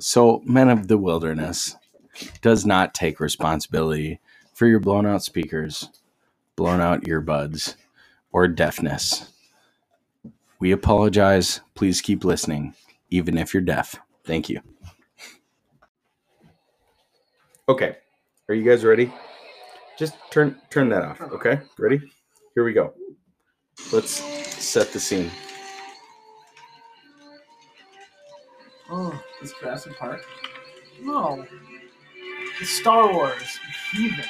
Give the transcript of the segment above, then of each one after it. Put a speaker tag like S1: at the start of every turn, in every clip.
S1: So, Men of the Wilderness does not take responsibility for your blown out speakers, blown out earbuds, or deafness. We apologize. Please keep listening, even if you're deaf. Thank you.
S2: Okay. Are you guys ready? Just turn turn that off. Okay? Ready? Here we go. Let's set the scene.
S3: Oh, is Jurassic Park? No. It's Star Wars. Heathen.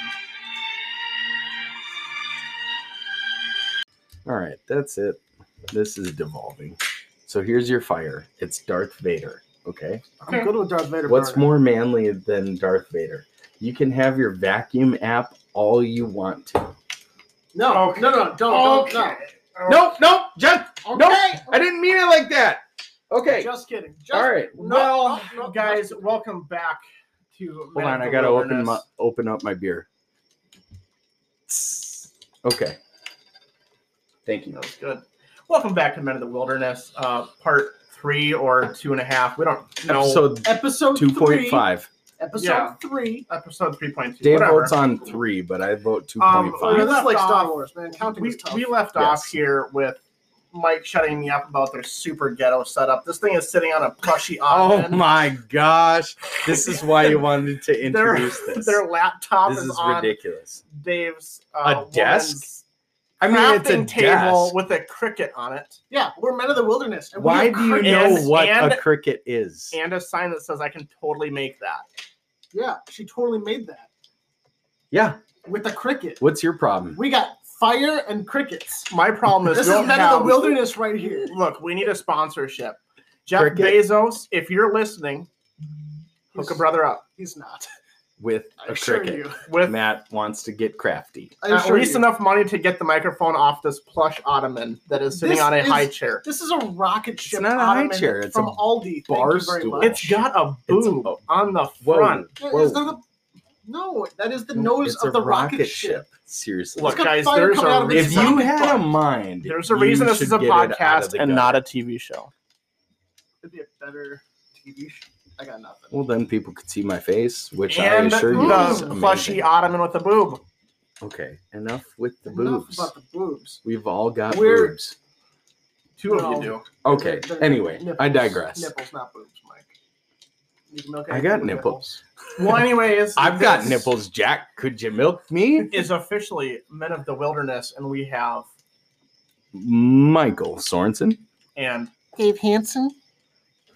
S2: All right, that's it. This is devolving. So here's your fire. It's Darth Vader. Okay?
S3: I'm good with Darth Vader.
S2: What's
S3: burner.
S2: more manly than Darth Vader? You can have your vacuum app all you want to.
S3: No, no, no, don't, don't, no.
S4: Okay.
S2: Nope, nope, just
S3: Okay.
S2: I didn't mean it like that. Okay.
S3: Just kidding. Just,
S2: all right.
S3: No,
S2: well,
S3: no, no, guys, welcome back to.
S2: hold
S3: Man of
S2: on. I
S3: the
S2: gotta open
S3: Wilderness.
S2: my open up my beer. Okay. Thank you.
S3: That was good. Welcome back to Men of the Wilderness, uh, part three or two and a half. We don't know.
S2: Episode
S3: episode
S2: two point
S3: three.
S2: five.
S3: Episode
S4: Yeah.
S3: three. Episode three point two.
S2: Dave
S3: whatever.
S2: votes on three, but I vote two point
S3: Um, we
S4: This
S2: five.
S4: is
S3: left
S4: like Star
S3: off-
S4: Wars, man. Counting
S3: we,
S4: is tough.
S3: we left off
S2: Yes.
S3: here with Mike shutting me up about their super ghetto setup. This thing is sitting on a plushy
S2: Oh
S3: ottoman.
S2: my gosh! This is why you wanted to introduce this.
S3: Their laptop
S2: This
S3: is,
S2: is
S3: on
S2: ridiculous.
S3: Dave's uh,
S2: A desk?
S3: woman's
S2: I mean, it's a
S3: crafting table
S2: desk.
S3: with a cricket on it
S4: Yeah, we're men of the wilderness. and we
S2: Why
S4: are
S2: do you
S4: crazy.
S2: know
S3: and-
S2: what
S3: and-
S2: a cricket is?
S3: and a sign that says, "I can totally make that."
S4: Yeah, she totally made that
S2: Yeah.
S4: with the cricket.
S2: What's your problem?
S4: We got fire and crickets.
S3: My problem is
S4: This
S3: we
S4: is
S3: don't
S4: men
S3: have-
S4: of the wilderness right here.
S3: Look, we need a sponsorship. Jeff
S2: Cricket?
S3: Bezos, if you're listening, hook a brother up
S4: He's not.
S2: With
S4: I
S2: a
S4: assure
S2: cricket.
S4: you.
S3: with
S2: Matt wants to get crafty.
S4: I
S3: at
S4: assure
S3: least
S4: you.
S3: enough money to get the microphone off this plush ottoman that is sitting
S4: This
S3: on a
S4: is-
S3: high chair.
S4: This is a rocket ship.
S2: not a high
S4: ottoman
S2: chair, it's
S4: from
S2: a
S4: Aldi. Thank
S2: bar
S4: you very
S2: stool.
S4: much.
S3: It's got a
S2: It's a-
S3: boob on the
S2: Whoa.
S3: front.
S4: That is
S2: Whoa.
S4: not a- no, that is the nose
S2: It's
S4: of
S2: a
S4: the rocket, ship.
S2: Seriously.
S3: Look,
S4: got
S3: guys,
S4: fire
S3: there's
S4: coming out
S3: a
S4: of
S2: if
S4: its
S3: reason.
S2: you
S4: rocket
S2: had a
S4: butt.
S2: mind,
S3: There's a
S2: you
S3: reason this
S2: should
S3: is a
S2: get it out of
S3: podcast
S2: the
S3: and
S2: gutter.
S3: not a TV show.
S4: It'd be a better TV show. I got nothing.
S2: Well, then people could see my face, which
S3: and
S2: I assure you
S3: the
S2: is amazing.
S3: plushy ottoman with the boob.
S2: Okay, enough with the
S4: Enough
S2: boobs.
S4: about the boobs.
S2: We've all got
S4: We're-
S2: boobs.
S3: Two
S4: No.
S3: of you do.
S2: Okay.
S4: They're- they're
S2: Anyway, I
S4: nipples.
S2: digress.
S4: Nipples, not boobs, Mike. You can milk
S2: I
S4: anything
S2: got
S4: with
S2: nipples.
S3: Well, anyways,
S2: I've got
S3: this
S2: nipples, Jack. Could you milk me?
S3: Is officially Men of the Wilderness, and we have
S2: Michael Sorensen.
S3: and
S4: Dave Hansen.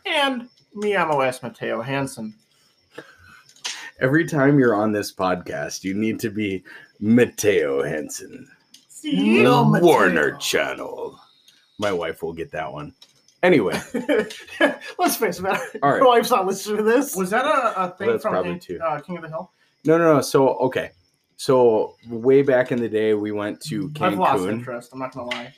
S3: and Miyamo Mateo Hansen.
S2: Every time you're on this podcast, you need to be Mateo Henson.
S3: See?
S4: No, Mateo.
S2: Warner Channel. My wife will get that one. Anyway,
S4: Let's face it, man.
S2: all
S4: My
S2: right.
S4: wife's not listening to this.
S3: Was that a, a thing
S2: That's
S3: from
S2: probably
S3: King-
S2: two.
S3: Uh, King of the Hill?
S2: No, no, no. So, okay. So, way back in the day, we went to
S3: I've lost
S2: Cancun.
S3: interest. I'm not gonna lie.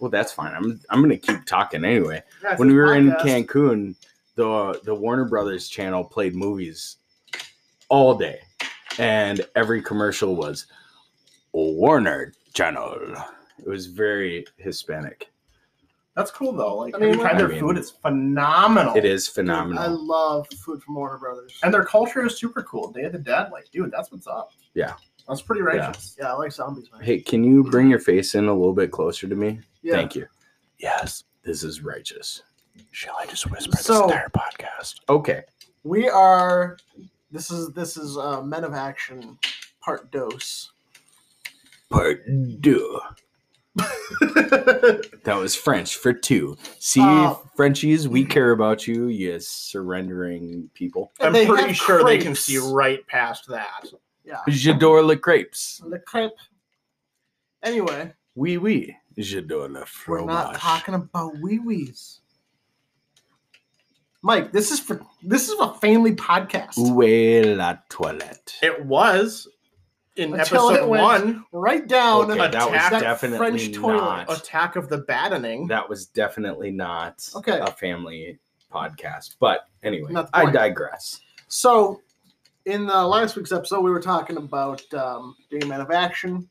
S2: Well, that's fine. I'm, I'm going to keep talking anyway.
S3: That's
S2: When
S3: his
S2: we were in
S3: podcast.
S2: Cancun, the the Warner Brothers channel played movies all day, and every commercial was Warner Channel. It was very Hispanic.
S3: that's cool though. Like,
S4: I
S3: I
S4: mean,
S3: mean, tried
S2: I
S3: their
S2: mean-
S3: food. It's phenomenal.
S2: It is
S4: Dude, I
S2: phenomenal.
S4: love food from Warner Brothers.
S3: and their culture is super cool. Day of the Dead, like, dude, that's what's up.
S2: Yeah.
S3: that's pretty righteous.
S4: yeah, I like zombies, man.
S2: Hey, can you bring your face in a little bit closer to me?
S4: yeah.
S2: Thank you. Yes, this is righteous. Shall I just whisper
S3: this So- entire
S2: podcast? Okay.
S4: We are. This is this is uh, Men of Action, part dose.
S2: Part deux. That was French for two. See,
S4: Uh,
S2: Frenchies, we care about you, you surrendering people.
S3: I'm
S4: And they
S3: pretty
S4: have
S3: sure they can
S4: crepes.
S3: see right past that.
S4: Yeah.
S2: J'adore le crepes.
S4: Le crepe. Anyway,
S2: Oui, oui. J'adore le
S4: we're
S2: fromage.
S4: not talking about wee wees. Mike, this is for this is a family podcast.
S2: Où est la toilette?
S4: Eh.
S3: It was in
S4: Until it
S3: episode
S4: went-
S3: one,
S4: Right down.
S2: Okay, that was
S3: attack that
S2: definitely
S4: French toilet.
S2: not.
S3: Attack of the Battening.
S2: that was definitely not
S4: Okay.
S2: a family podcast. But anyway,
S4: Not the
S2: I
S4: point.
S2: digress.
S4: So, in the last week's episode, we were talking about um, being a man of action,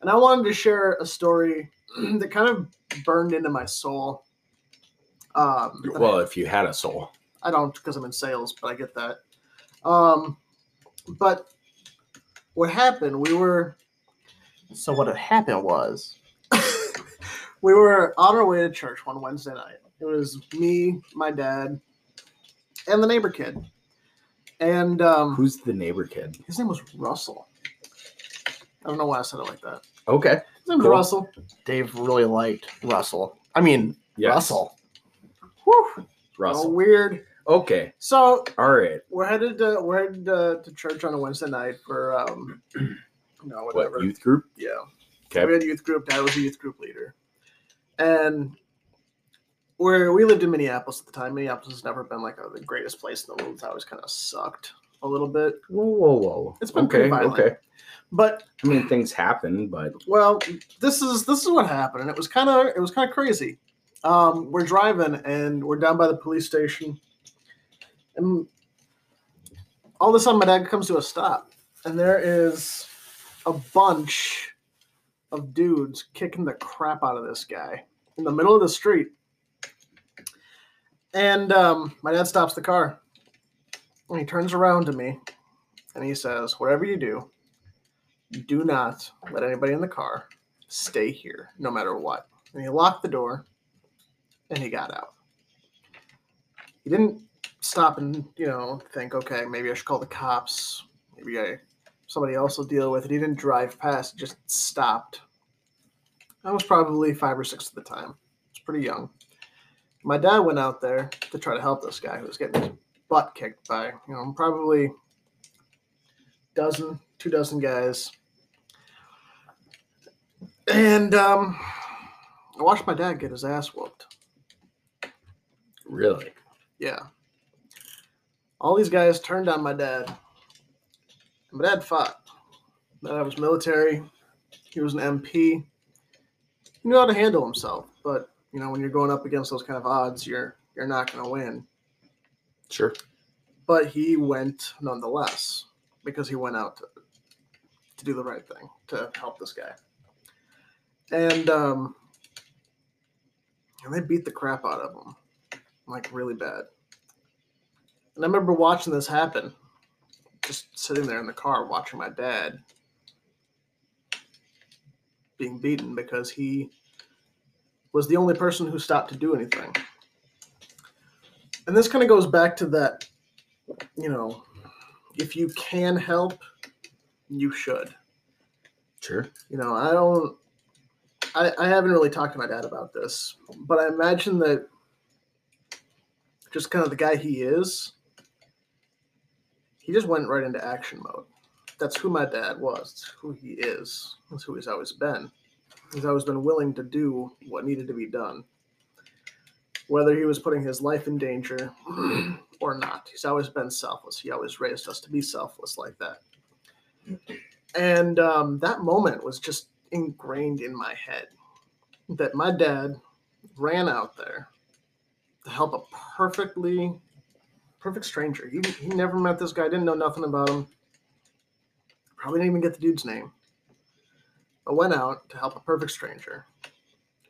S4: and I wanted to share a story that kind of burned into my soul. Um,
S2: Well, if you had a soul,
S4: I don't because I'm in sales, but I get that. Um, but what happened? We were
S3: So what had happened was
S4: we were on our way to church one Wednesday night. It was me, my dad, and the neighbor kid. And um,
S2: Who's the neighbor kid?
S4: his name was Russell. I don't know why I said it like that.
S2: Okay.
S4: His name was
S2: Cool.
S4: Russell.
S3: Dave really liked Russell. I mean
S2: Yes.
S3: Russell.
S4: Whew,
S2: Russell.
S4: Oh, weird.
S2: Okay.
S4: So
S2: All right.
S4: we're headed to we're headed to, to church on a Wednesday night for um you know whatever
S2: What youth group?
S4: yeah
S2: Okay.
S4: we had a youth group dad was a youth group leader and where we lived in Minneapolis at the time Minneapolis has never been like a, the greatest place in the world it's always kind of sucked a little bit
S2: Whoa, whoa, whoa.
S4: It's been pretty
S2: okay.
S4: violent.
S2: Okay.
S4: but
S2: I mean, things happen, but
S4: well this is this is what happened and it was kind of it was kind of crazy um we're driving and we're down by the police station and all of a sudden my dad comes to a stop and there is a bunch of dudes kicking the crap out of this guy in the middle of the street and um, my dad stops the car and he turns around to me and he says whatever you do do not let anybody in the car stay here no matter what and he locked the door and he got out he didn't stop and you know think okay maybe i should call the cops maybe i somebody else will deal with it he didn't drive past just stopped i was probably five or six at the time i was pretty young my dad went out there to try to help this guy who was getting his butt kicked by you know probably dozen two dozen guys and um, I watched my dad get his ass whooped.
S2: really.
S4: Yeah. All these guys turned on my dad. And My dad fought. My dad was military. He was an MP. He knew how to handle himself. But you know, when you're going up against those kind of odds, you're you're not going to win.
S2: Sure.
S4: But he went nonetheless because he went out to, to do the right thing to help this guy. And um, and they beat the crap out of him, like really bad. And I remember watching this happen, just sitting there in the car watching my dad being beaten because he was the only person who stopped to do anything. And this kind of goes back to that, you know, if you can help, you should
S2: Sure.
S4: you know i don't I, I haven't really talked to my dad about this but i imagine that just kind of the guy he is he just went right into action mode that's who my dad was it's who he is that's who he's always been he's always been willing to do what needed to be done whether he was putting his life in danger or not he's always been selfless he always raised us to be selfless like that and um, that moment was just ingrained in my head that my dad ran out there to help a perfectly perfect stranger he, he never met this guy didn't know nothing about him probably didn't even get the dude's name but went out to help a perfect stranger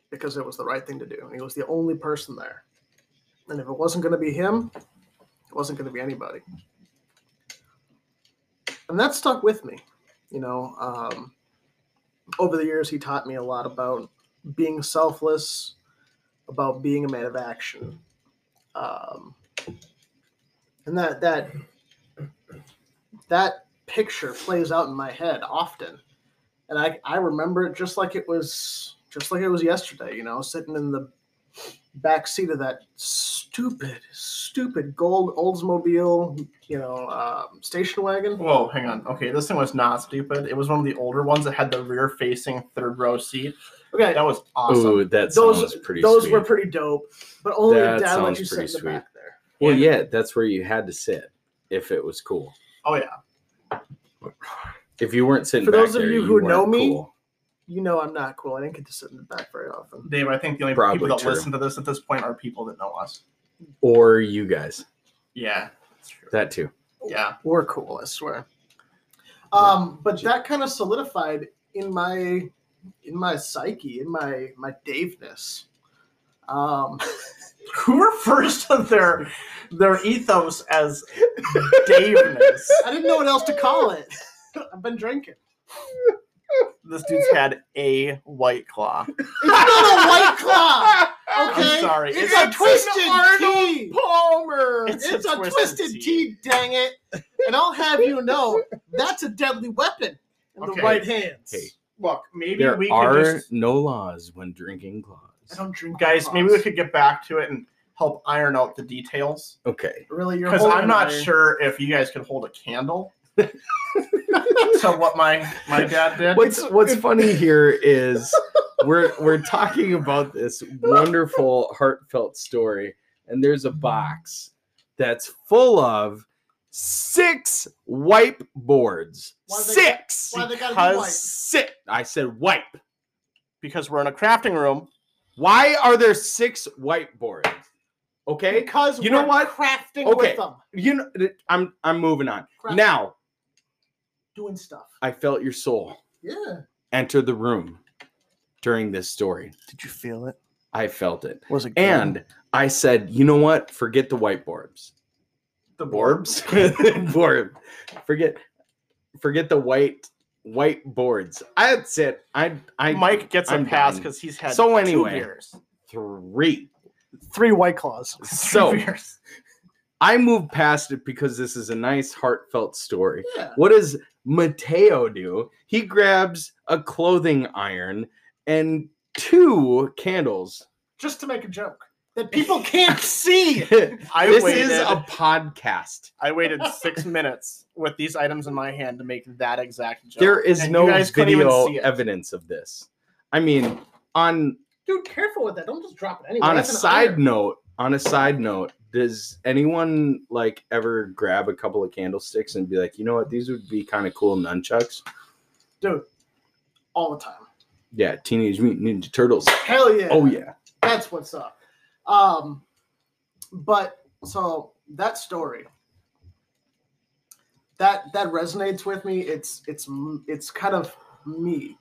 S4: because it was the right thing to do and he was the only person there and if it wasn't going to be him it wasn't going to be anybody and that stuck with me you know um, over the years he taught me a lot about being selfless about being a man of action um, and that that that picture plays out in my head often and I, I remember it just like it was just like it was yesterday you know sitting in the back seat of that stupid stupid gold oldsmobile you know um, station wagon
S3: Whoa, hang on. Okay, this thing was not stupid. It was one of the older ones that had the rear facing third row seat.
S4: okay
S3: That was awesome.
S2: Oh, that
S4: Those-
S2: sounds pretty
S4: those
S2: sweet.
S4: were pretty dope, but only
S2: That
S4: dad let
S2: sounds
S4: you sit in
S2: pretty
S4: the back there.
S2: well, yeah, that's where you had to sit if it was cool.
S3: Oh yeah.
S2: If you weren't sitting
S4: For
S2: back
S4: those of
S2: there,
S4: you who
S2: weren't
S4: know me,
S2: cool.
S4: You know I'm not cool. I didn't get to sit in the back very often.
S3: Dave, I think the only
S2: Probably
S3: people that
S2: true.
S3: listen to this at this point are people that know us.
S2: or you guys,
S3: Yeah. That's true.
S2: that too.
S3: Yeah.
S4: We're cool, I swear. Um, but that kind of solidified in my in my psyche, in my my Daveness. Um,
S3: Who refers to their their ethos as daveness?
S4: I didn't know what else to call it. I've been drinking.
S3: This dude's had a white claw.
S4: It's not a white claw. Okay,
S3: I'm sorry.
S4: It's,
S3: It's
S4: a twisted tea.
S2: Palmer.
S4: It's, a, twisted tea. Dang it! And I'll have you know that's a deadly weapon in
S3: Okay.
S4: the right hands.
S2: Hey,
S3: Look, maybe
S2: There
S3: we
S2: are
S3: could just
S2: no laws when drinking
S4: I
S2: claws.
S4: don't drink,
S3: guys.
S4: claws.
S3: Maybe we could get back to it and help iron out the details.
S2: Okay.
S4: Really, you're
S3: Because
S4: holding
S3: I'm not
S4: iron.
S3: sure if you guys could hold a candle to what my my dad did.
S2: What's what's funny here is we're we're talking about this wonderful heartfelt story, and there's a box that's full of six wipe boards.
S4: Why they-
S2: six.
S4: Why they gotta be
S3: Because-
S4: white?
S2: Six. I said wipe.
S3: Because we're in a crafting room.
S2: Why are there six whiteboards? Okay,
S4: Because
S2: you know
S4: we're
S2: what?
S4: Crafting
S2: Okay.
S4: with them,
S2: you know I'm I'm moving on
S4: Crafting.
S2: now.
S4: doing stuff.
S2: I felt your soul
S4: Yeah.
S2: enter the room during this story.
S5: Did you feel it?
S2: I felt it,
S5: Was it good?
S2: and I said, you know what? Forget the whiteboards.
S3: The
S2: Borbs, board. Forget, forget the white whiteboards. That's it. I I
S3: Mike gets
S2: I'm
S3: a pass
S2: done.
S3: because he's had
S2: So
S3: two
S2: anyway.
S3: beers.
S2: three.
S5: Three white claws.
S2: So
S3: Two beers.
S2: I moved past it because this is a nice heartfelt story.
S4: Yeah.
S2: What does Mateo do? He grabs a clothing iron and two candles.
S4: Just to make a joke that people can't see.
S2: this
S3: I waited.
S2: is a podcast.
S3: I waited six minutes with these items in my hand to make that exact joke.
S2: There is
S3: And you
S2: no
S3: guys couldn't even
S2: video
S3: see it.
S2: evidence of this. I mean, on
S4: Dude, careful with that. Don't just drop it anywhere.
S2: on a
S4: That's an
S2: side
S4: iron.
S2: note, on a side note, does anyone like ever grab a couple of candlesticks and be like, you know what, these would be kind of cool nunchucks?
S4: dude, all the time.
S2: Yeah, Teenage Mutant Ninja Turtles.
S4: Hell yeah.
S2: Oh yeah.
S4: That's what's up. Um, but so that story that that resonates with me. It's it's m- it's kind of me.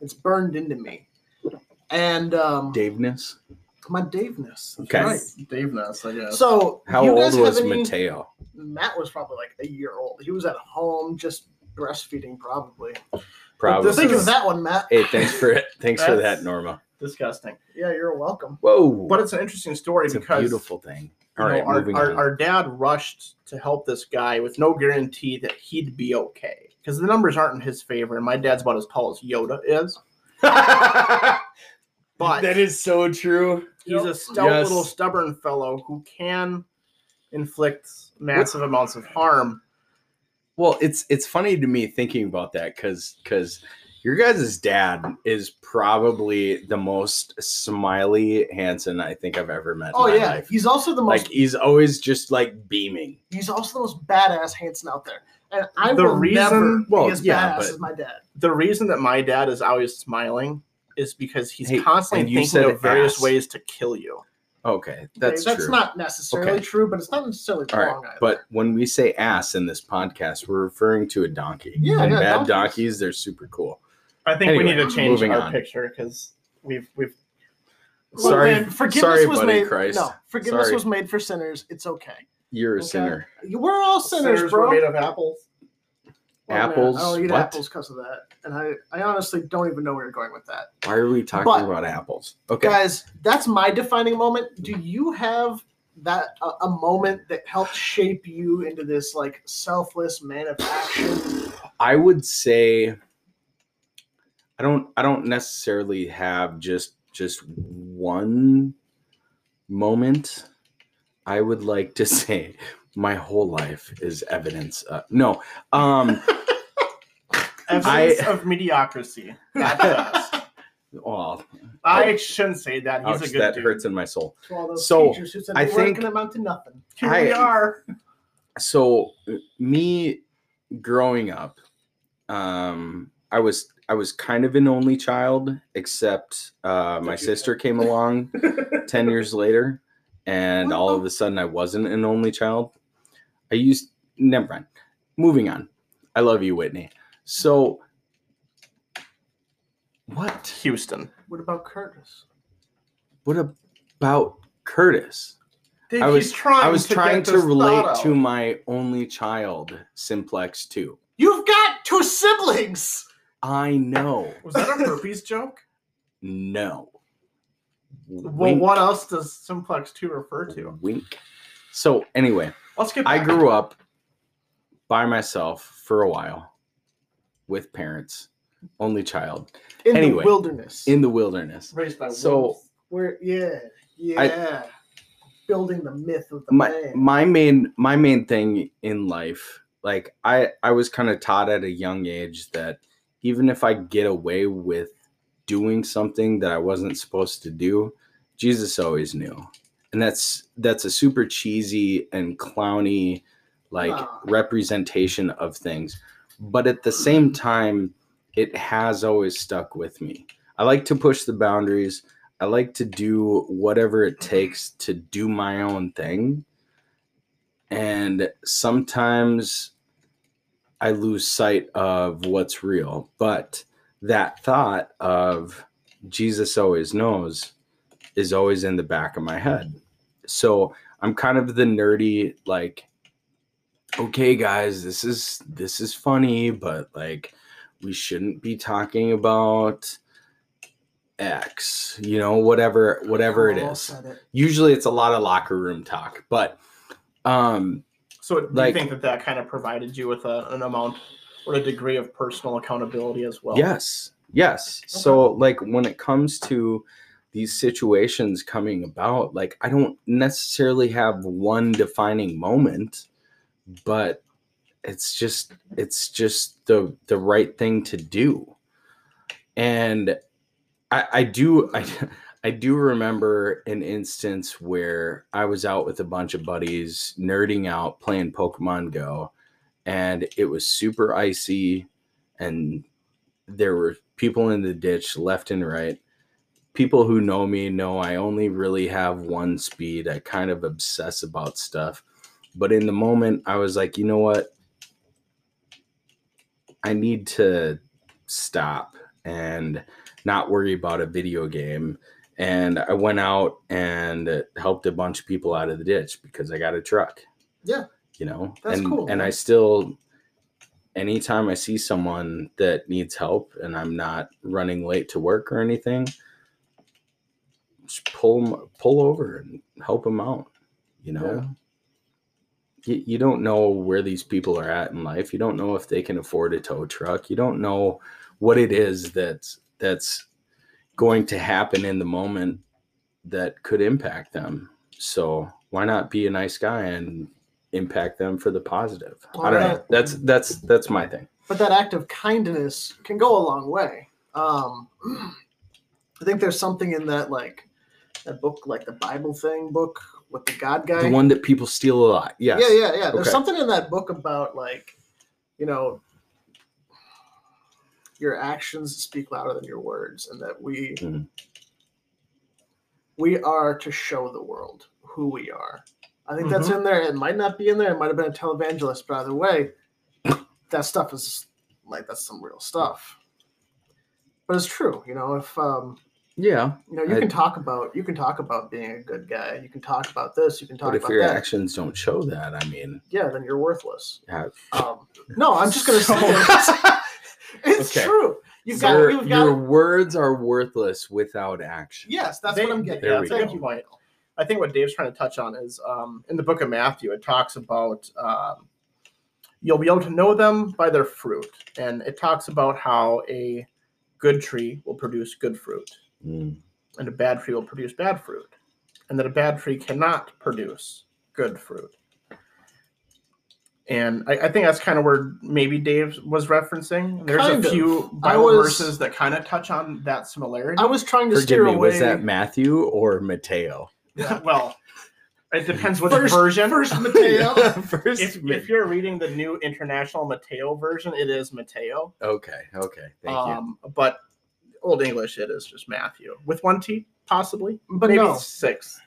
S4: It's burned into me, and um,
S2: Daveness.
S4: my Daveness. That's
S2: Okay.
S4: Right.
S3: Daveness, I guess.
S4: So
S2: How
S4: you guys
S2: old was
S4: have any-
S2: Mateo?
S4: Matt was probably like a year old. He was at home just breastfeeding, probably.
S2: Probably.
S3: this
S4: Think
S3: is-
S4: of that one, Matt.
S2: Hey, thanks for it. Thanks for
S3: That's-
S2: that, Norma.
S3: Disgusting.
S4: Yeah, you're welcome.
S2: Whoa.
S3: But it's an interesting story
S2: it's a
S3: because
S2: beautiful thing.
S3: you
S2: All right,
S3: know, our,
S2: moving
S3: our,
S2: on.
S3: our dad rushed to help this guy with no guarantee that he'd be okay because the numbers aren't in his favor, and my dad's about as tall as Yoda is. But
S2: that is so true.
S3: he's a stout
S2: Yes.
S3: little stubborn fellow who can inflict massive amounts of harm.
S2: Well, it's it's funny to me thinking about that because because your guys' dad is probably the most smiley Hanson I think I've ever met.
S4: Oh
S2: in my
S4: yeah,
S2: life.
S4: he's also the most
S2: like he's always just like beaming.
S4: He's also the most badass Hanson out there. And I
S3: The
S4: will
S3: reason-
S4: never
S2: well,
S4: be as
S2: yeah,
S4: badass
S2: but-
S4: as my dad.
S3: The reason that my dad is always smiling is because he's
S2: Hey, and
S3: constantly
S2: you
S3: thinking
S2: said
S3: of various
S2: ass.
S3: ways to kill you.
S2: Okay,
S4: Okay,
S2: that's
S4: that's
S2: true.
S4: not necessarily
S2: Okay.
S4: true, but it's not necessarily
S2: All right,
S4: wrong either.
S2: but when we say ass in this podcast, we're referring to a donkey.
S4: Yeah,
S2: and
S4: yeah,
S2: bad
S4: donkeys.
S2: donkeys, they're super cool.
S3: I think we
S2: Anyway,
S3: need to change
S2: moving
S3: our
S2: on.
S3: picture because we've we've
S4: Look,
S2: sorry,
S4: man, forgiveness
S2: sorry,
S4: was
S2: buddy
S4: made.
S2: Christ.
S4: No, forgiveness
S2: Sorry.
S4: was made for sinners. It's okay.
S2: You're a
S4: Okay.
S2: sinner.
S4: You- We're all sinners,
S3: Sinners
S4: bro.
S3: were made of apples.
S4: Oh, man,
S2: apples?
S4: I don't eat
S2: What?
S4: apples because of that, and I, I honestly don't even know where you're going with that,
S2: Why are we talking
S4: But-
S2: about apples? Okay.
S4: guys. That's my defining moment. Do you have that a, a moment that helped shape you into this like selfless man of action?
S2: I would say I don't I don't necessarily have just just one moment. I would like to say my whole life is evidence. Uh, no. Um
S3: Evidence of mediocrity. That's us.
S2: well,
S3: I shouldn't say that. He's
S2: ouch,
S3: a good
S2: that
S3: dude.
S2: hurts in my soul.
S4: To all those
S2: So,
S4: teachers who said
S2: I
S4: they weren't
S2: think-
S4: going to amount to nothing.
S3: Here
S2: I-
S3: we are.
S2: so uh, me growing up um i was i was kind of an only child except uh my sister came along 10 years later and all of a sudden i wasn't an only child i used never mind moving on i love you whitney so what
S3: Houston.
S4: What about Curtis?
S2: what a about Curtis.
S3: Dude,
S2: I
S3: he's
S2: was-
S3: trying.
S2: I was
S3: to
S2: trying
S3: get
S2: to
S3: this thought
S2: relate
S3: out.
S2: to my only child, Simplex 2.
S4: You've got two siblings.
S2: I know.
S3: Was that a herpes joke?
S2: No.
S3: Well,
S2: Wink,
S3: what else does Simplex Two refer to?
S2: wink. So, anyway,
S3: Let's get.
S2: I
S3: back.
S2: grew up by myself for a while with parents, only child
S4: In
S2: Anyway.
S4: the wilderness.
S2: in the wilderness.
S3: raised by
S2: So-
S3: wolves.
S4: Where yeah. Yeah. Building the myth of the
S2: my
S4: man.
S2: my main my main thing in life like i i was kind of taught at a young age that even if i get away with doing something that i wasn't supposed to do jesus always knew and that's that's a super cheesy and clowny like
S4: Ah.
S2: representation of things but at the same time it has always stuck with me i like to push the boundaries i like to do whatever it takes to do my own thing and sometimes i lose sight of what's real but that thought of jesus always knows is always in the back of my head so i'm kind of the nerdy like okay guys this is this is funny but like we shouldn't be talking about x you know whatever whatever it
S4: Paul
S2: is
S4: said it.
S2: usually it's a lot of locker room talk but um
S3: So, do
S2: like-
S3: you think that that kind of provided you with a, an amount or a degree of personal accountability as well?
S2: yes yes so like when it comes to these situations coming about like i don't necessarily have one defining moment but it's just it's just the the right thing to do and i i do i I do remember an instance where I was out with a bunch of buddies nerding out playing Pokemon Go and it was super icy and there were people in the ditch left and right. People who know me know I only really have one speed. I kind of obsess about stuff. But in the moment, I was like, you know what? I need to stop and not worry about a video game. And I went out and helped a bunch of people out of the ditch because I got a truck.
S4: Yeah.
S2: You know?
S4: That's
S2: and,
S4: cool,
S2: And
S4: man.
S2: I still anytime I see someone that needs help and I'm not running late to work or anything, just pull 'em- pull over and help them out. You know, you, you don't know where these people are at in life. You don't know if they can afford a tow truck. You don't know what it is that's that's going to happen in the moment that could impact them. So why not be a nice guy and impact them for the positive? I don't know.
S4: Alright.
S2: That's that's that's my thing.
S4: but that act of kindness can go a long way. Um, I think there's something in that like that book, like the Bible thing book with the God guy.
S2: The one that people steal a lot. Yes.
S4: Yeah, yeah, yeah. There's
S2: Okay.
S4: something in that book about like, you know, your actions speak louder than your words, and that we
S2: Mhm.
S4: we are to show the world who we are. I think that's
S2: Mm-hmm.
S4: in there. It might not be in there. It might have been a televangelist, but either way, that stuff is like that's some real stuff. But it's true, you know. If um,
S2: Yeah.
S4: you know, you
S2: I-
S4: can talk about you can talk about being a good guy. You can talk about this. You can talk
S2: But if
S4: about
S2: your
S4: that.
S2: actions don't show that, I mean,
S4: yeah, then you're worthless.
S2: have,
S4: Um, no, I'm just gonna say it. it's
S2: Okay.
S4: true. You've got,
S2: your,
S4: you've
S2: your
S4: got.
S2: words are worthless without action.
S4: Yes, that's
S3: They-
S4: what I'm getting.
S2: There
S4: at.
S2: we
S4: Thank
S2: go.
S4: you, Michael.
S3: I think what Dave's trying to touch on is um, in the book of Matthew, it talks about um, you'll be able to know them by their fruit. And it talks about how a good tree will produce good fruit
S2: Mm.
S3: and a bad tree will produce bad fruit, and that a bad tree cannot produce good fruit. And I, I think that's kind of where maybe Dave was referencing. There's
S4: Kind
S3: a
S4: of.
S3: few
S4: I
S3: Bible
S4: was-
S3: verses that kind of touch on that similarity.
S4: I was trying to
S2: Forgive
S4: steer
S2: me,
S4: away.
S2: was that Matthew or Mateo?
S3: well, it depends what
S4: First-
S3: version.
S4: First Mateo.
S2: First,
S3: if,
S2: Ma-
S3: if you're reading the new international Mateo version, it is Mateo.
S2: okay, okay, thank
S3: um, But Old English, it is just Matthew with one T, possibly.
S4: But
S3: Maybe
S4: no,
S3: six.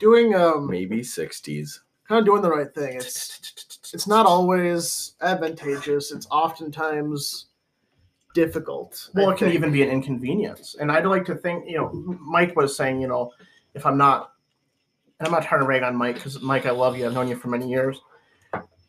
S4: doing
S2: you.
S4: um,
S2: Maybe sixties.
S4: kind of doing the right thing. It's it's not always advantageous. It's oftentimes difficult. I
S3: Well, it can
S4: think.
S3: even be an inconvenience. And I'd like to think, you know, Mike was saying, you know, if I'm not, and I'm not trying to rag on Mike because Mike, I love you. I've known you for many years,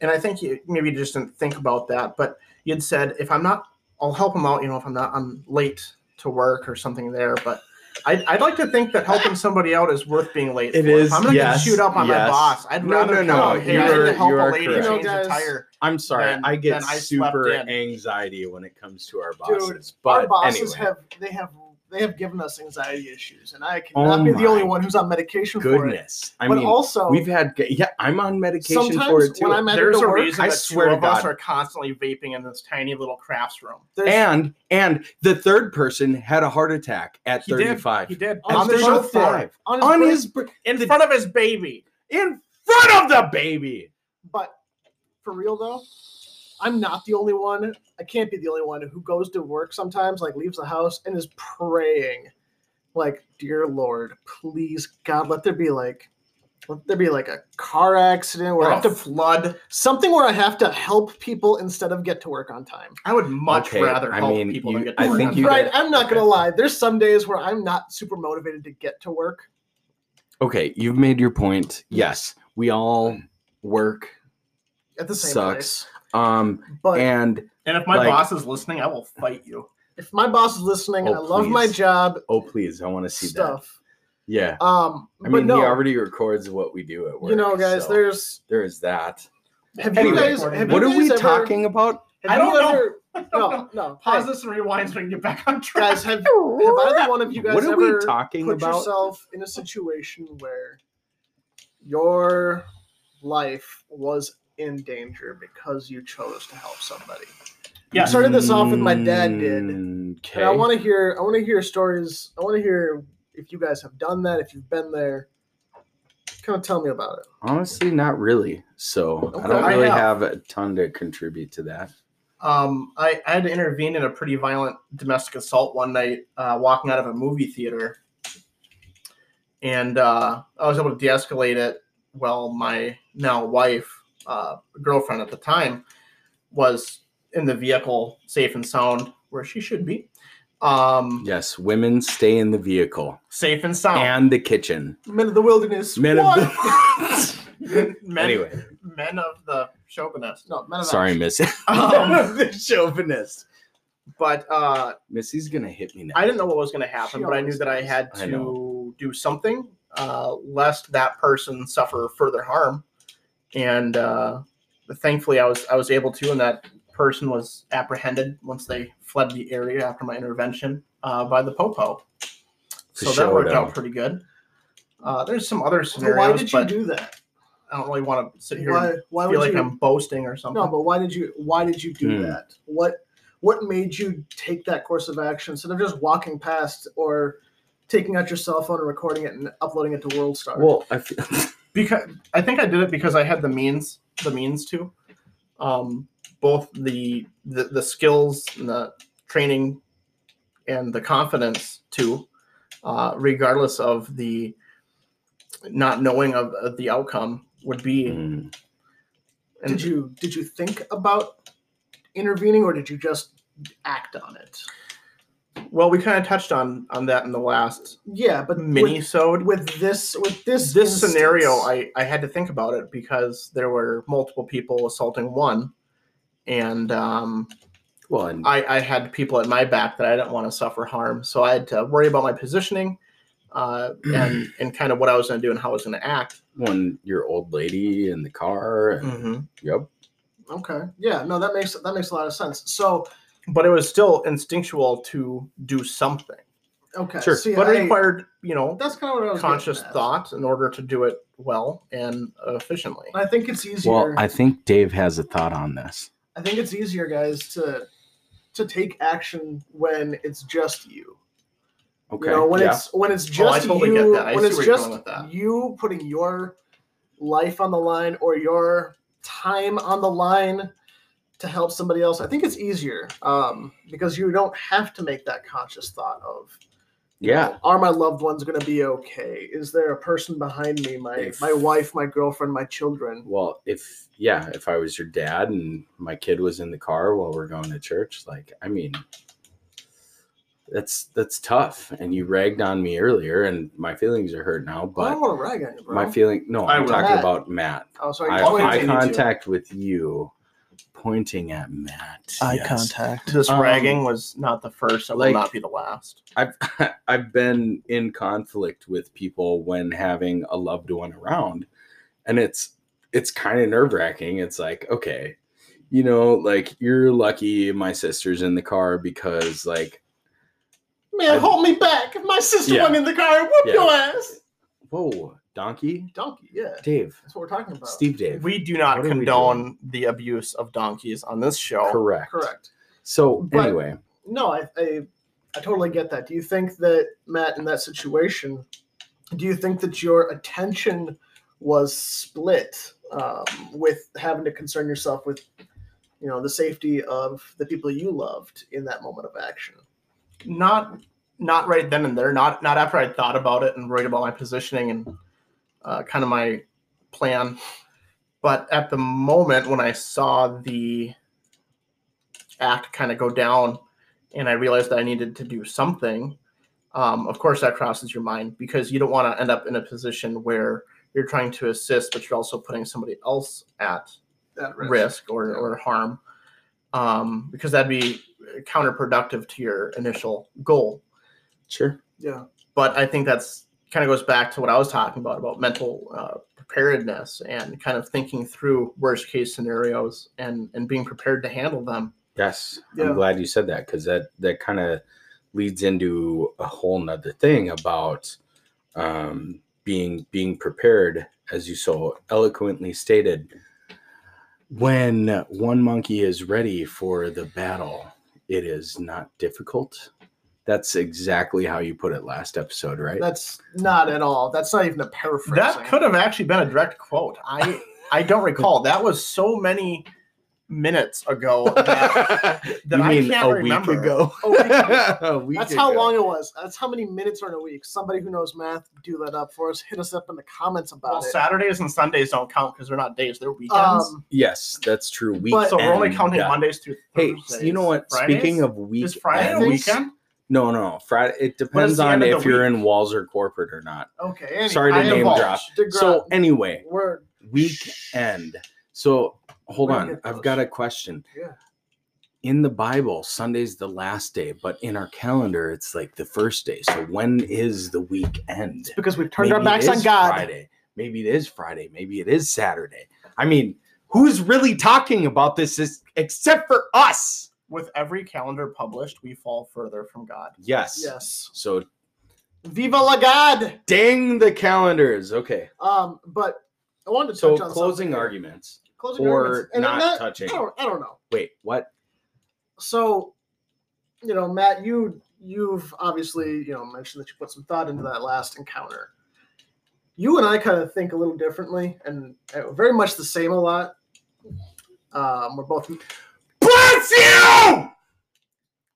S3: and I think you maybe you just didn't think about that. But you'd said if I'm not, I'll help him out. You know, if I'm not, I'm late to work or something there. But I'd, I'd like to think that helping somebody out is worth being late.
S2: It
S3: for. If
S2: is,
S3: I'm gonna
S2: yes,
S3: get chewed up on
S2: yes.
S3: my boss. I'd
S2: No, no,
S3: rather
S2: no,
S3: come, hey,
S2: you
S3: I had
S2: are-
S3: to help
S2: you
S3: a
S2: are
S3: lady
S2: correct.
S3: change
S4: You know,
S3: a
S4: guys,
S3: tire.
S2: I'm sorry.
S3: Then-
S2: I get
S3: then I slept
S2: super
S3: in.
S2: anxiety when it comes to our bosses.
S4: Our
S2: but
S4: bosses
S2: anyway,
S4: have they have they have given us anxiety issues, and I
S2: Oh
S4: cannot be the only
S2: my
S4: one who's on medication for it.
S2: goodness. I
S4: but
S2: mean,
S4: also,
S2: we've had. g- Yeah, I'm on medication for
S4: sometimes
S2: it too.
S4: when I'm at
S3: There's
S4: the
S3: a
S4: work,
S3: reason
S2: I
S3: that
S2: swear
S3: two
S2: to
S3: of us
S2: God.
S3: are constantly vaping in this tiny little crafts room.
S4: there's-
S2: and and the third person had a heart attack at
S3: He did.
S2: 35.
S3: He did
S4: On
S2: At
S4: the
S3: the
S4: show
S2: 35.
S4: floor. on his
S2: On
S4: break-
S2: his br-
S3: in front of his baby.
S2: in front of the baby.
S4: But for real though, I'm not the only one. I can't be the only one who goes to work sometimes, like leaves the house and is praying, like, dear Lord, please God, let there be like, let there be like a car accident where I
S3: Or a
S4: have
S2: Oh.
S4: to
S3: flood.
S4: something where I have to help people instead of get to work on time.
S3: I would much
S2: Okay,
S3: rather
S2: I
S3: help
S2: mean,
S3: people
S2: you-
S3: than get.
S2: I
S3: to
S2: think
S3: work.
S2: you
S4: right?
S2: guys-
S4: I'm not
S2: okay.
S4: gonna lie. There's some days where I'm not super motivated to get to work.
S2: Okay, you've made your point. Yes, we all work.
S4: At Mm. the same
S2: Sucks. Um,
S4: place. But
S2: and
S3: And if my
S2: Like-
S3: boss is listening, I will fight you.
S4: if my boss is listening,
S2: Oh,
S4: I love my
S2: please.
S4: job.
S2: oh, please, I want to see that.
S4: Stuff.
S2: Yeah,
S4: Um,
S2: I
S4: but
S2: mean,
S4: no,
S2: he already records what we do at work.
S4: you know, guys,
S2: so
S4: there's
S2: there is that.
S4: have
S2: Anyway,
S4: you guys? Have
S2: What
S4: you
S2: are
S4: guys
S2: we
S4: ever-
S2: talking about?
S4: have
S3: I
S4: you
S3: don't know.
S4: ever-
S3: don't
S4: No, no.
S3: Pause
S4: Hey,
S3: this and rewind so we can get back on track.
S4: guys, have, have either one of you guys
S2: What are
S4: ever
S2: we talking
S4: put
S2: about?
S4: yourself in a situation where your life was in danger because you chose to help somebody?
S3: Yeah.
S4: I started this off with my dad did.
S2: Okay.
S4: And I want to hear. I want to hear stories. I want to hear if you guys have done that. If you've been there, kind of tell me about it.
S2: Honestly, not really. So I don't
S4: Okay.
S2: really
S3: I
S2: have.
S3: have.
S2: a ton to contribute to that.
S3: Um, I, I had to intervene in a pretty violent domestic assault one night, uh, walking out of a movie theater, and uh, I was able to de-escalate it. Well, my now wife, uh, girlfriend at the time, was in the vehicle, safe and sound, where she should be. Um,
S2: Yes, women stay in the vehicle
S3: safe and sound.
S2: and the kitchen.
S4: Men of the wilderness.
S2: Men of
S4: Oh. What?
S2: the-
S3: men,
S2: anyway,
S3: men of the chauvinist.
S4: no, men of
S2: sorry, Missy.
S3: Um,
S2: the chauvinist.
S3: but uh,
S2: Missy's gonna hit me now.
S3: I didn't know what was going to happen,
S4: She
S3: but I knew
S4: always
S3: that I
S4: does.
S3: had
S2: I
S3: to do something uh, lest that person suffer further harm. And uh, thankfully, I was I was able to, and that person was apprehended once they fled the area after my intervention uh, by the popo. So that worked out pretty good. Uh, there's some other
S4: So why
S3: scenarios,
S4: did you
S3: but
S4: do that?
S3: I don't really want to sit here
S4: Why?
S3: and
S4: Why
S3: feel
S4: would
S3: like
S4: you?
S3: I'm boasting or something.
S4: No, but why did you? Why did you do
S2: Hmm.
S4: that? What? What made you take that course of action instead of just walking past or taking out your cell phone and recording it and uploading it to WorldStar?
S2: Well, I feel,
S3: because I think I did it because I had the means the means to um both the the, the skills and the training and the confidence to uh, regardless of the not knowing of, of the outcome would be
S1: Mm-hmm.
S2: Mm,
S3: and
S4: did you did you think about intervening or did you just act on it?
S3: well we kind of touched on on that in the last
S4: Yeah, but with-
S3: mini sode
S4: with this with this
S3: this
S4: instance-
S3: scenario I, I had to think about it because there were multiple people assaulting one and um,
S2: well, and
S3: I, I had people at my back that I didn't want to suffer harm. So I had to worry about my positioning uh, and, and kind of what I was going to do and how I was going to act.
S2: when your old lady in the car. And, Yep.
S4: okay yeah no that makes that makes a lot of sense so
S3: But it was still instinctual to do something.
S4: okay
S2: Sure,
S4: see,
S3: but it
S4: I-
S3: required, you know,
S4: that's kind of what I was getting
S3: conscious
S4: at.
S3: thought in order to do it well and efficiently.
S4: And I think it's easier.
S1: Well,
S4: I,
S1: I think Dave has a thought on this.
S4: think it's easier, guys, to to take action when it's just you.
S2: Okay.
S4: You know, when
S2: yeah.
S4: it's when it's
S3: Oh, I
S4: just
S3: totally
S4: you,
S3: get that. I
S4: when
S3: see
S4: it's
S3: where you're
S4: just
S3: going with that.
S4: you putting your life on the line or your time on the line to help somebody else. I think it's easier um, because you don't have to make that conscious thought of
S2: yeah.
S4: are my loved ones going to be okay? Is there a person behind me? My
S2: If-
S4: my wife, my girlfriend, my children.
S2: Well, if yeah, if I was your dad and my kid was in the car while we're going to church, like I mean, That's that's tough. And you ragged on me earlier, and my feelings are hurt now.
S4: I
S2: But
S4: don't want to Oh, rag on you, bro.
S2: my feeling, no,
S3: I
S2: I'm
S3: will.
S2: talking
S4: Matt.
S2: about Matt.
S4: oh, sorry.
S2: I,
S4: you're pointing
S2: eye
S4: at me, too.
S2: contact with you, pointing at Matt.
S5: Eye
S2: yes.
S5: contact.
S3: This
S2: Um,
S3: ragging was not the first. It
S2: like-
S3: will not be the last.
S2: I've I've been in conflict with people when having a loved one around, and it's it's kind of nerve wracking. It's like okay, you know, like you're lucky my sister's in the car because like
S4: Man,
S2: I-
S4: hold me back. If my sister
S2: Yeah.
S4: went in the car, whoop
S2: Yeah.
S4: your ass.
S2: whoa donkey
S4: Donkey, yeah.
S2: Dave
S4: That's what we're talking about.
S2: Steve Dave
S3: We do not
S2: What are we
S3: condone the abuse of donkeys on this show.
S2: correct
S4: Correct.
S2: So
S4: But-
S2: anyway,
S4: No, I, I I totally get that. Do you think that Matt in that situation, do you think that your attention was split um, with having to concern yourself with you know the safety of the people you loved in that moment of action?
S3: Not not right then and there. Not not after I thought about it and worried about my positioning and uh, kind of my plan. But at the moment when I saw the act kind of go down, and I realized that I needed to do something. Um, of course, that crosses your mind because you don't want to end up in a position where you're trying to assist, but you're also putting somebody else at
S4: That risk.
S3: risk, or,
S4: Yeah.
S3: or harm um, because that'd be counterproductive to your initial goal
S2: sure.
S4: Yeah.
S3: but i think that's kind of goes back to what i was talking about about mental uh, preparedness and kind of thinking through worst case scenarios and and being prepared to handle them
S2: Yes,
S4: Yeah.
S2: I'm glad you said that because that that kind of leads into a whole nother thing about um, being being prepared, as you so eloquently stated. When one monkey is ready for the battle, it is not difficult. That's exactly how you put it last episode, right?
S4: That's not at all. That's not even a paraphrase.
S3: that could have actually been a direct quote i i don't recall that was so many minutes ago that, that
S2: You
S3: i
S2: mean
S3: can't
S2: a week
S3: remember
S2: ago?
S4: Oh, we can-
S2: A week
S4: That's how
S2: ago.
S4: long it was. That's how many minutes are in a week. Somebody who knows math, do that up for us. Hit us up in the comments about
S3: well
S4: it.
S3: saturdays and sundays don't count because they're not days they're weekends
S4: Um,
S2: Yes, that's true. Week
S4: But-
S3: so we're only
S2: end,
S3: counting
S2: yeah.
S3: Mondays through
S2: Hey,
S3: Thursdays.
S2: you know what?
S3: Fridays?
S2: Speaking of week,
S3: is Friday
S2: end,
S3: a
S2: weeks-
S3: weekend?
S2: No, no, Friday. It depends
S3: the
S2: on
S3: end of the
S2: if you're
S3: week.
S2: in Walzer corporate or not.
S4: okay. anyway,
S2: Sorry to
S4: I
S2: name
S4: divulge.
S2: drop.
S4: Digra-
S2: So anyway,
S4: we're
S2: weekend. So hold
S4: We'll
S2: on,
S4: get
S2: I've
S4: those.
S2: got a question.
S4: Yeah.
S2: In the Bible, Sunday's the last day, but in our calendar, it's like the first day. So when is the weekend?
S4: because we've turned our
S2: Maybe it
S4: backs on
S2: is
S4: God.
S2: Friday. Maybe it is Friday. Maybe it is Saturday. I mean, who's really talking about this is, except for us?
S3: with every calendar published, we fall further from God.
S2: Yes.
S4: Yes.
S2: So
S4: Viva la God.
S2: dang the calendars. Okay.
S4: Um, but I wanted to
S2: So
S4: touch on
S2: closing
S4: something.
S2: arguments.
S4: Closing
S2: or
S4: arguments. And I'm
S2: not
S4: not Oh.
S2: touching.
S4: I don't, I don't know.
S2: Wait, what?
S4: So, you know, Matt, you you've obviously you know mentioned that you put some thought into that last encounter. You and I kind of think a little differently, and uh, very much the same a lot. Um, we're both
S2: Bless you!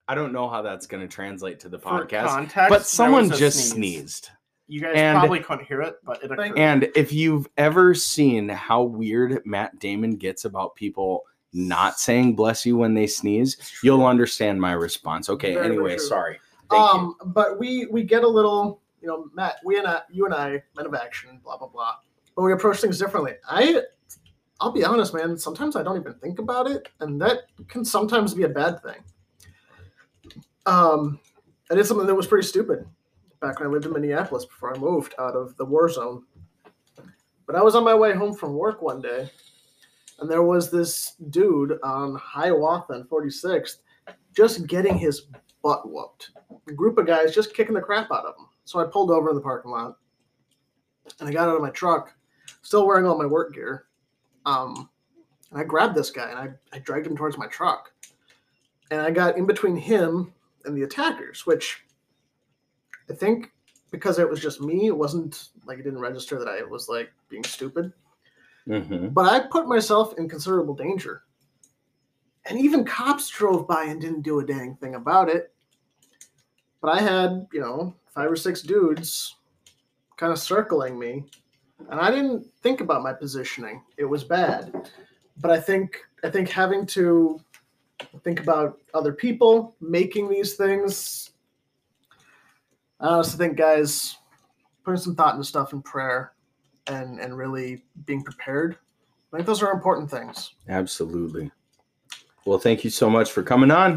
S2: I don't know how that's going to translate to the
S3: For
S2: podcast,
S3: context, there
S2: but someone
S3: was a
S2: just
S3: sneeze.
S2: sneezed.
S3: You guys
S2: And-
S3: probably couldn't hear it, but it occurred.
S2: And if you've ever seen how weird Matt Damon gets about people not saying bless you when they sneeze, you'll understand my response. Okay,
S4: Very
S2: anyway,
S4: true.
S2: sorry. Thank you.
S4: um, but we we get a little, you know, Matt, we and I, you and I, men of action, blah blah blah. But we approach things differently. I, I'll be honest, man. Sometimes I don't even think about it, and that can sometimes be a bad thing. Um, I did something that was pretty stupid back when I lived in Minneapolis before I moved out of the war zone. But I was on my way home from work one day, and there was this dude on Hiawatha and 46th just getting his butt whooped a group of guys just kicking the crap out of him. So I pulled over in the parking lot and I got out of my truck, still wearing all my work gear. Um, and I grabbed this guy and I, I dragged him towards my truck. And I got in between him and the attackers, which I think because it was just me, it wasn't like it didn't register that I was like being stupid
S2: Mhm.
S4: but I put myself in considerable danger. And even cops drove by and didn't do a dang thing about it. But I had, you know, five or six dudes kind of circling me, and I didn't think about my positioning. It was bad. But I think I think having to think about other people making these things I honestly think, guys, putting some thought into stuff in prayer and, and really being prepared, I think those are important things.
S2: Absolutely. Well, thank you so much for coming on.